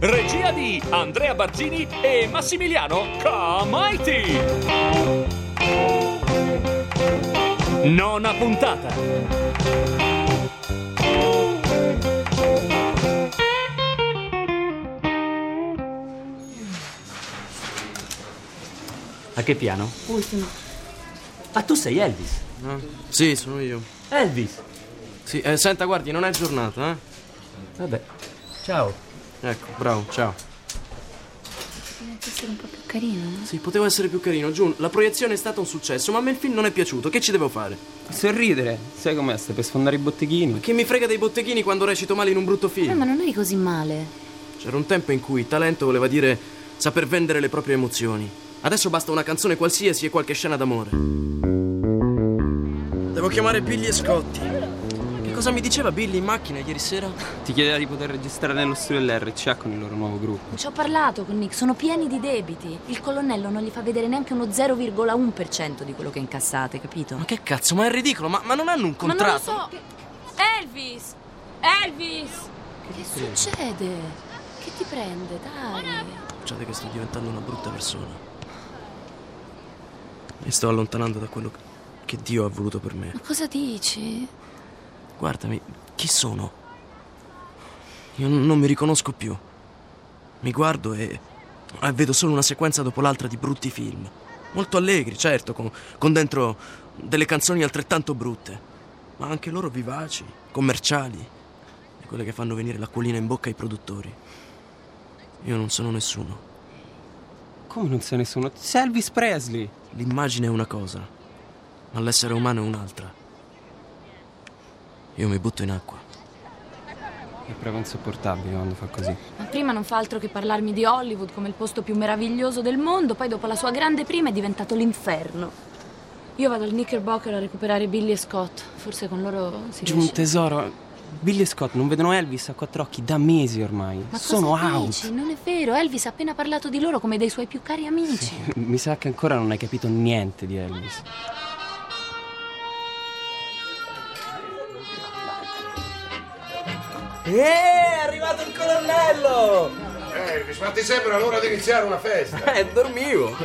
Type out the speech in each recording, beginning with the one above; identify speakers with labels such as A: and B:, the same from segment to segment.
A: regia di Andrea Barzini e Massimiliano Comaiti. Nona puntata.
B: A che piano?
C: Ultimo.
B: Ah, tu sei Elvis.
D: Sì, sono io.
B: Elvis.
D: Sì, eh, senta, guardi, non è giornata, eh?
B: Vabbè. Ciao.
D: Ecco, bravo, ciao.
C: Deve essere un po' più carino.
D: Sì, potevo essere più carino. Giù, la proiezione è stata un successo, ma a me il film non è piaciuto. Che ci devo fare?
E: Sorridere, sai com'è? Stai per sfondare i botteghini.
D: Che mi frega dei botteghini quando recito male in un brutto
C: Eh,
D: film?
C: ma non eri così male.
D: C'era un tempo in cui il talento voleva dire saper vendere le proprie emozioni. Adesso basta una canzone qualsiasi e qualche scena d'amore. Devo chiamare Billy e Scotti. Che cosa mi diceva Billy in macchina ieri sera?
E: Ti chiedeva di poter registrare nello studio dell'RCA con il loro nuovo gruppo.
C: Ci ho parlato con Nick, sono pieni di debiti. Il colonnello non gli fa vedere neanche uno 0,1% di quello che incassate, capito?
D: Ma che cazzo, ma è ridicolo, ma, ma non hanno un contratto.
C: Ma non lo so. Elvis! Elvis! Che succede? Che ti prende, dai?
D: Scusate che sto diventando una brutta persona. Mi sto allontanando da quello che Dio ha voluto per me.
C: Ma cosa dici?
D: Guardami, chi sono? Io n- non mi riconosco più. Mi guardo e e vedo solo una sequenza dopo l'altra di brutti film. Molto allegri, certo, con, con dentro delle canzoni altrettanto brutte, ma anche loro vivaci, commerciali, e quelle che fanno venire l'acquolina in bocca ai produttori. Io non sono nessuno.
E: Come non sei nessuno? Sei Elvis Presley.
D: L'immagine è una cosa, ma l'essere umano è un'altra. Io mi butto in acqua.
E: È proprio insopportabile quando fa così.
C: Ma prima non fa altro che parlarmi di Hollywood come il posto più meraviglioso del mondo, poi dopo la sua grande prima è diventato l'inferno. Io vado al Knickerbocker a recuperare Billy e Scott, forse con loro si
E: Giù,
C: riesce.
E: tesoro, Billy e Scott non vedono Elvis a quattro occhi da mesi ormai.
C: Ma
E: Sono
C: cosa
E: out.
C: dici? Non è vero, Elvis ha appena parlato di loro come dei suoi più cari amici.
E: Mi sa che ancora non hai capito niente di Elvis.
D: Eh,
F: Elvis, ma ti sembra l'ora di iniziare una festa?
D: Eh, dormivo!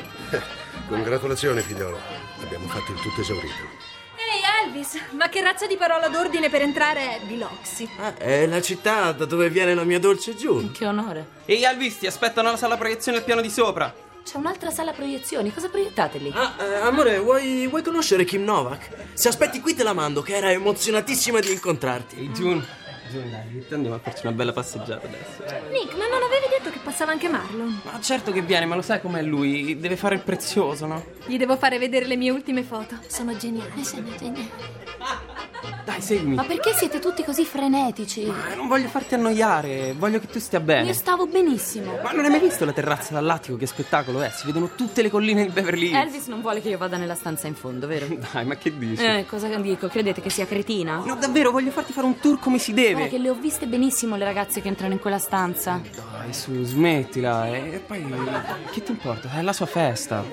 F: Congratulazioni, figliolo. Abbiamo fatto il tutto esaurito.
G: Ehi Elvis, ma che razza di parola d'ordine per entrare è Biloxi?
D: Ah, è la città da dove viene la mia dolce Giù.
C: Che onore.
E: Ehi Elvis, ti aspettano alla sala proiezione al piano di sopra.
C: C'è un'altra sala proiezioni, cosa proiettate lì?
D: Ah, eh, amore, vuoi, vuoi conoscere Kim Novak? Se aspetti qui te la mando, che era emozionatissima di incontrarti.
E: Ehi June. June, dai, ti andiamo a farci una bella passeggiata adesso.
G: Nick, ma non avevi detto che passava anche Marlon?
E: Ma certo che viene, ma lo sai com'è lui? Deve fare il prezioso, no?
G: Gli devo fare vedere le mie ultime foto. Sono geniali, sono geniali.
E: Dai, seguimi.
C: Ma perché siete tutti così frenetici?
E: Ma Ah, non voglio farti annoiare, voglio che tu stia bene.
C: Io stavo benissimo.
E: Ma non hai mai visto la terrazza dall'attico? Che spettacolo è? Si vedono tutte le colline di Beverly Hills.
C: Elvis non vuole che io vada nella stanza in fondo, vero?
E: Dai, ma che dici?
C: Eh, cosa dico? Credete che sia cretina?
E: No, davvero, voglio farti fare un tour come si
C: Guarda
E: deve.
C: che le ho viste benissimo le ragazze che entrano in quella stanza.
E: Dai, su, smettila. E e poi. Che ti importa? È la sua festa.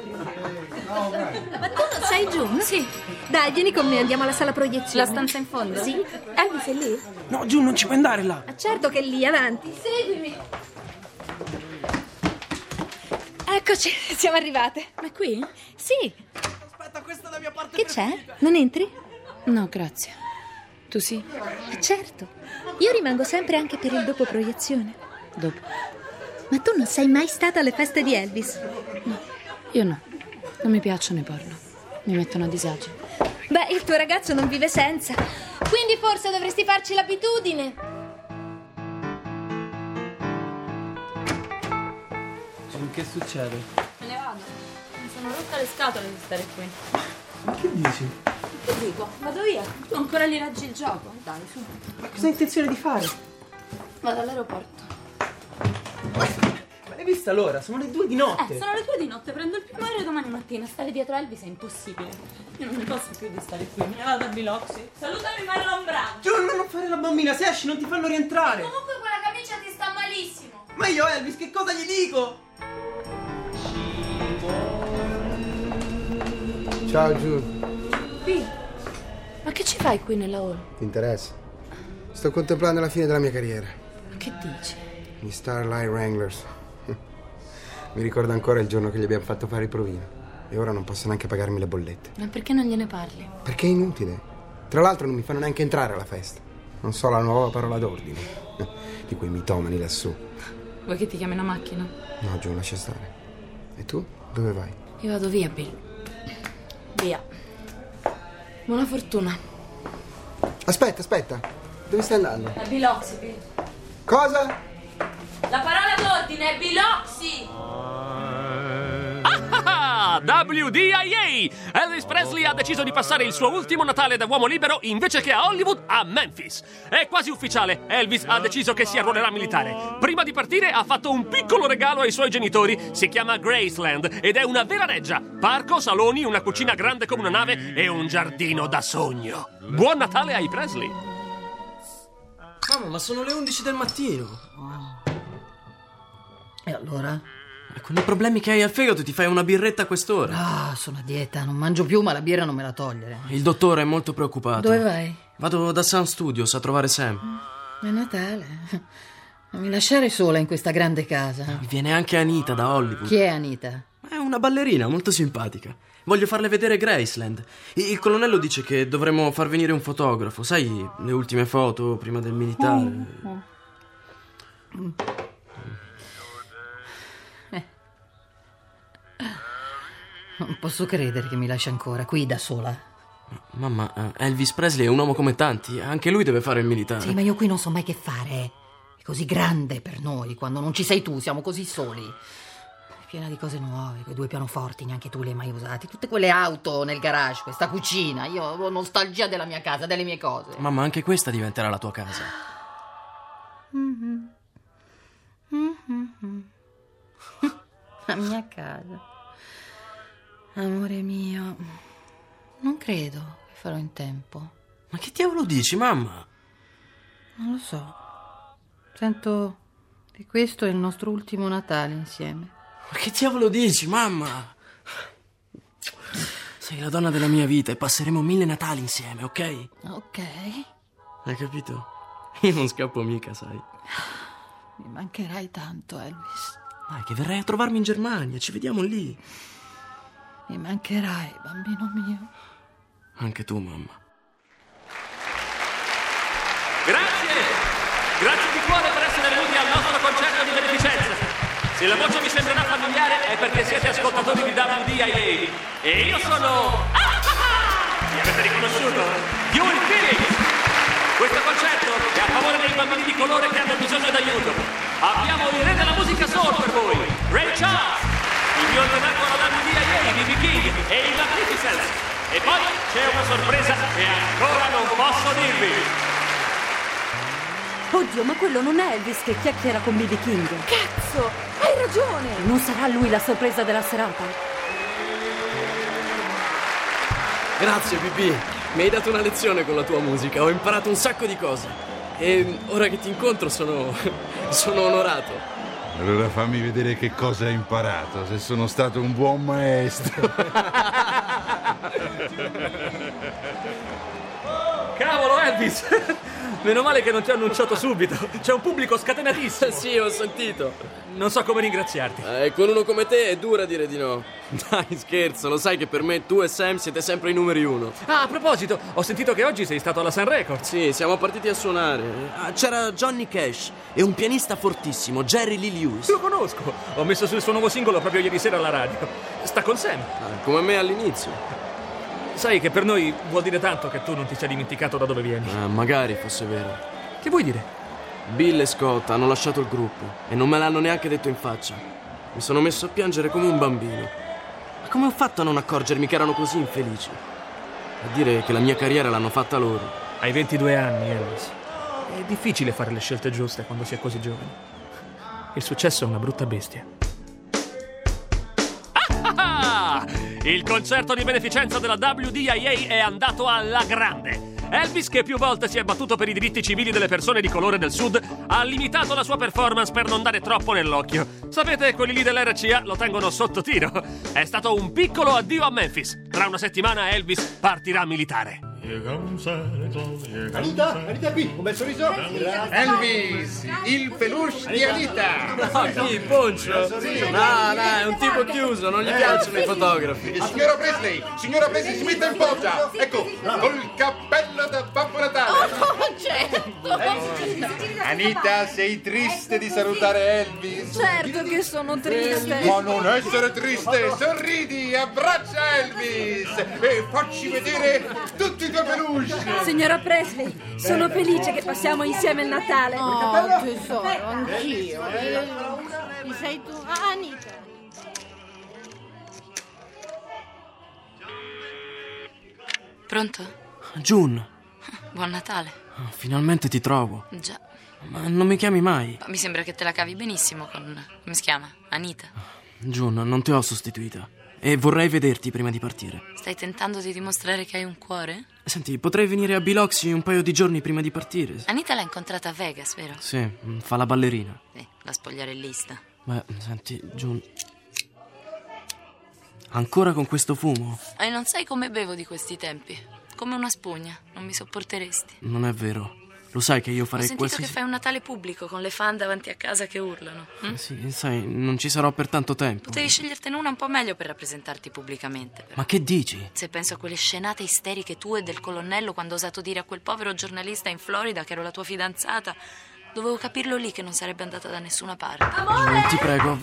G: Ma tu non sei June? Sì. Dai, vieni con me, andiamo alla sala proiezione.
C: La stanza in fondo?
G: Sì. Elvis è lì?
E: No, giù, non ci puoi andare là.
G: Ma certo che è lì, avanti. Seguimi. Eccoci, siamo arrivate.
C: Ma qui?
G: Sì,
D: Aspetta, questa è la mia parte
G: che c'è? Non entri?
C: No, grazie. Tu sì?
G: Eh, Certo, io rimango sempre anche per il dopo proiezione.
C: Dopo.
G: Ma tu non sei mai stata alle feste di Elvis?
C: Io no. Non mi piacciono i porno. Mi mettono a disagio.
G: Beh, il tuo ragazzo non vive senza. Quindi forse dovresti farci l'abitudine.
E: Giù, che succede?
C: Me ne vado. Mi sono rotta le scatole di stare qui.
E: Ma che dici?
C: Che dico? Vado via. Tu ancora gli raggi il gioco? Dai, su.
E: Ma cosa hai intenzione di fare?
C: Vado all'aeroporto.
E: Ma l'hai vista l'ora? Sono le due di notte.
C: Eh, sono le due di notte, prendo il primo aereo domani mattina. Stare dietro a Elvis è impossibile. Io non ne posso più di stare qui. Me ne vado a Biloxi. Salutami Marlon Brando.
E: Giù, no, non fare la bambina, se esci non ti fanno rientrare.
C: Comunque quella camicia ti sta malissimo.
E: Ma io Elvis, che cosa gli dico?
F: Ciao, Giù.
C: Ma che ci fai qui nella hall?
F: Ti interessa? Sto contemplando la fine della mia carriera.
C: Ma che dici?
F: Gli Starlight Wranglers.
H: Mi ricorda ancora il giorno che gli abbiamo fatto fare i provino. E ora non posso neanche pagarmi le bollette.
C: Ma perché non gliene parli?
H: Perché è inutile. Tra l'altro non mi fanno neanche entrare alla festa. Non so la nuova parola d'ordine. Di quei mitomani lassù.
C: Vuoi che ti chiami una macchina?
H: No, Giù, lascia stare. E tu? Dove vai?
C: Io vado via, Bill. Via. Buona fortuna.
H: Aspetta, aspetta. Dove stai andando?
C: La biloxi, Bill.
H: Cosa?
C: La parola d'ordine è biloxi!
A: Ah, WDIA! Elvis Presley ha deciso di passare il suo ultimo Natale da uomo libero invece che a Hollywood, a Memphis. È quasi ufficiale, Elvis ha deciso che si arruolerà militare. Prima di partire ha fatto un piccolo regalo ai suoi genitori, si chiama Graceland ed è una vera reggia. Parco, saloni, una cucina grande come una nave e un giardino da sogno. Buon Natale ai Presley!
D: Mamma, ma sono le 11 del mattino.
I: E allora?
D: Ma Eh, Con i problemi che hai al fegato ti fai una birretta a quest'ora.
I: Ah, sono a dieta, non mangio più, ma la birra non me la togliere.
D: Il dottore è molto preoccupato.
I: Dove vai?
D: Vado da Sam Studios a trovare Sam.
I: È Natale. Non mi lasciare sola in questa grande casa.
D: Mi viene anche Anita da Hollywood.
I: Chi è Anita?
D: È una ballerina molto simpatica. Voglio farle vedere Graceland. I- Il colonnello dice che dovremmo far venire un fotografo, sai, le ultime foto prima del
I: Oh.
D: militare.
I: Eh. Non posso credere che mi lasci ancora qui da sola.
D: Mamma, eh, Elvis Presley è un uomo come tanti, anche lui deve fare il militare.
I: Sì, ma io qui non so mai che fare. È così grande per noi, quando non ci sei tu, siamo così soli. È piena di cose nuove, quei due pianoforti neanche tu li hai mai usati, tutte quelle auto nel garage, questa cucina. Io ho nostalgia della mia casa, delle mie cose.
D: Mamma, anche questa diventerà la tua casa.
I: La Mm-hmm. mia casa. Amore mio, non credo che farò in tempo.
D: Ma che diavolo dici, mamma?
I: Non lo so. Sento che questo è il nostro ultimo Natale insieme.
D: Ma che diavolo dici, mamma? Sei la donna della mia vita e passeremo mille Natali insieme, ok?
I: Ok,
D: Hai capito? Io non scappo mica, sai.
I: mi mancherai tanto, Elvis.
D: Dai, che verrai a trovarmi in Germania, ci vediamo lì.
I: Mi mancherai, bambino mio.
D: Anche tu, mamma.
A: Grazie! Grazie di cuore per essere venuti al nostro concerto di beneficenza. Se la voce vi sembrerà familiare è perché siete ascoltatori di WDIA. E io sono... Ah, ah, ah! Mi avete riconosciuto? Yul King! Questo concerto è a favore dei bambini di colore che hanno bisogno d'aiuto. Abbiamo il re della musica soul per voi, Ray Charles, il mio allenato alla WDIA, B.B. King e il Magnificence. E poi c'è una sorpresa che ancora non posso dirvi.
J: Oddio, ma quello non è Elvis che chiacchiera con B.B. King.
G: Cazzo, hai ragione!
J: Non sarà lui la sorpresa della serata?
D: Grazie, BB. Mi hai dato una lezione con la tua musica, ho imparato un sacco di cose. E ora che ti incontro sono. sono onorato.
K: Allora fammi vedere che cosa hai imparato, se sono stato un buon maestro.
A: Cavolo Elvis! Meno male che non ti ho annunciato subito. C'è un pubblico scatenatissimo.
D: Sì, ho sentito.
A: Non so come ringraziarti.
D: Eh, con uno come te è dura dire di no. Dai, scherzo, lo sai che per me tu e Sam siete sempre i numeri uno.
A: Ah, a proposito, ho sentito che oggi sei stato alla Sun Records.
D: Sì, siamo partiti a suonare. Ah, C'era Johnny Cash e un pianista fortissimo, Jerry Lee Lewis.
A: Lo conosco. Ho messo sul suo nuovo singolo proprio ieri sera alla radio. Sta con Sam.
D: Ah, come me all'inizio.
A: Sai che per noi vuol dire tanto che tu non ti sia dimenticato da dove vieni.
D: Ah, magari fosse vero.
A: Che vuoi dire?
D: Bill e Scott hanno lasciato il gruppo e non me l'hanno neanche detto in faccia. Mi sono messo a piangere come un bambino. Ma come ho fatto a non accorgermi che erano così infelici? A dire che la mia carriera l'hanno fatta loro.
A: Hai 22 anni, Elvis. È difficile fare le scelte giuste quando si è così giovani. Il successo è una brutta bestia. Ah! Il concerto di beneficenza della WDIA è andato alla grande. Elvis, che più volte si è battuto per i diritti civili delle persone di colore del Sud, ha limitato la sua performance per non dare troppo nell'occhio. Sapete, quelli lì dell'RCA lo tengono sotto tiro. È stato un piccolo addio a Memphis. Tra una settimana Elvis partirà militare.
L: Anita, Anita è qui, un bel sorriso.
M: Elvis, il peluche di Anita.
D: No, chi? Poncio? No, no, è un tipo chiuso, non gli piacciono i fotografi.
M: Signora Presley, signora Presley, si metta in poggia. Ecco, col cappello da Babbo Natale.
J: Oh, certo.
M: Anita, sei triste di salutare Elvis?
J: Certo che sono triste.
M: Ma non essere triste, sorridi, abbraccia Elvis e facci vedere tutti i tuoi peluche.
J: Signora Presley, sono felice che passiamo insieme il Natale.
N: Oh, tesoro, anch'io. Chi sei tu? Ah, Anita.
C: Pronto?
D: June,
C: Buon Natale.
D: oh, finalmente ti trovo.
C: Già.
D: Ma non mi chiami mai.
C: Mi sembra che te la cavi benissimo con. come si chiama? Anita.
D: June, non ti ho sostituita. E vorrei vederti prima di partire.
C: Stai tentando di dimostrare che hai un cuore?
D: Senti, potrei venire a Biloxi un paio di giorni prima di partire.
C: Anita l'ha incontrata a Vegas, vero?
D: Sì, mm, fa la ballerina.
C: Eh, la spogliarellista.
D: Beh, senti, June. Ancora con questo fumo?
C: E non sai come bevo di questi tempi. Come una spugna, non mi sopporteresti.
D: Non è vero. Lo sai che io farei
C: Ho sentito
D: qualsiasi.
C: che fai un Natale pubblico con le fan davanti a casa che urlano. hm?
D: Eh Sì, sai, non ci sarò per tanto tempo.
C: Potevi scegliertene una un po' meglio per rappresentarti pubblicamente. però.
D: Ma che dici?
C: Se penso a quelle scenate isteriche tue e del colonnello quando ho osato dire a quel povero giornalista in Florida che ero la tua fidanzata, dovevo capirlo lì che non sarebbe andata da nessuna parte.
D: Amore! Ti prego.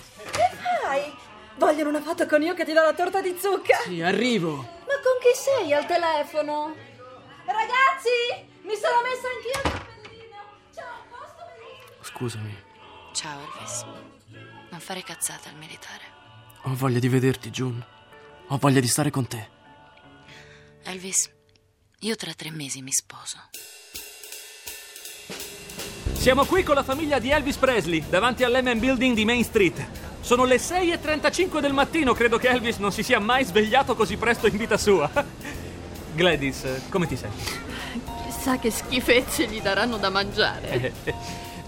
J: Dai, vogliono una foto con io che ti do la torta di zucca.
D: Sì, arrivo.
J: Ma con chi sei al telefono? Ragazzi, mi sono messa anch'io il cappellino. Ciao, posso
D: Scusami,
C: Ciao, Elvis. Non fare cazzate al militare.
D: ho voglia di vederti, June. Ho voglia di stare con te.
C: Elvis, io tra tre mesi mi sposo.
A: Siamo qui con la famiglia di Elvis Presley, davanti all'M Building di Main Street. Sono le 6.35 del mattino, credo che Elvis non si sia mai svegliato così presto in vita sua. Gladys, eh, come ti senti?
N: Chissà che schifezze gli daranno da mangiare.
A: Eh, eh.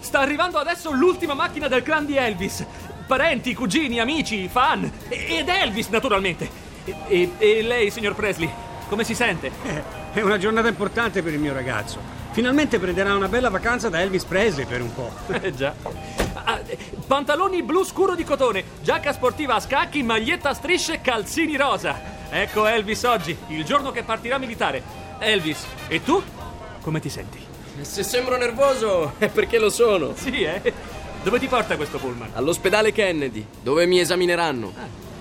A: Sta arrivando adesso l'ultima macchina del clan di Elvis. Parenti, cugini, amici, fan. e- Ed Elvis, naturalmente. E, e- e lei, signor Presley, come si sente?
O: È una giornata importante per il mio ragazzo. Finalmente prenderà una bella vacanza da Elvis Presley per un po'.
A: Eh già. Ah, eh, pantaloni blu scuro di cotone, giacca sportiva a scacchi, maglietta a strisce, calzini rosa. Ecco Elvis oggi, il giorno che partirà militare. Elvis, e tu? Come ti senti?
D: Se sembro nervoso è perché lo sono.
A: Sì, eh. Dove ti porta questo pullman?
D: All'ospedale Kennedy, dove mi esamineranno.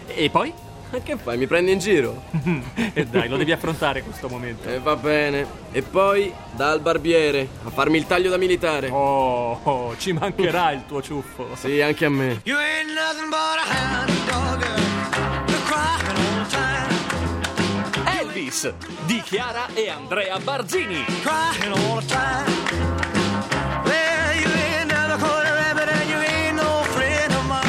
A: E poi?
D: Che fai? Mi prendi in giro?
A: E dai, lo devi affrontare questo momento.
D: E va bene. E poi dal barbiere a farmi il taglio da militare.
A: Oh, oh ci mancherà il tuo ciuffo.
D: Sì, anche a me.
P: You ain't nothing but a hound dog. You're crying all the time.
A: Elvis di Chiara e Andrea Barzini.
P: Crying all the time. Well, you ain't never caught a rabbit and you ain't no friend of mine.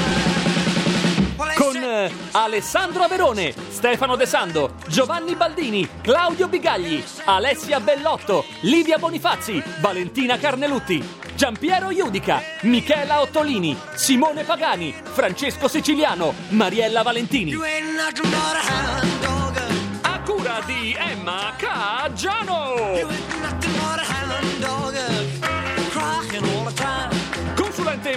A: Con eh, Alessandro Averone, Stefano De Sando, Giovanni Baldini, Claudio Bigagli, Alessia Bellotto, Livia Bonifazzi, Valentina Carnelutti, Giampiero Iudica, Michela Ottolini, Simone Pagani, Francesco Siciliano, Mariella Valentini. A cura di Emma Caggiano. Consulente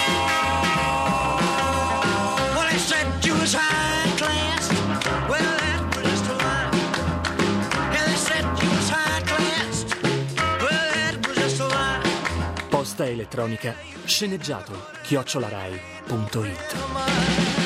P: Well, they said you was high class. Well, that was the line. Yeah, they said you was high class. Well, that was just a lie.
Q: Posta elettronica sceneggiato chiocciolarai.it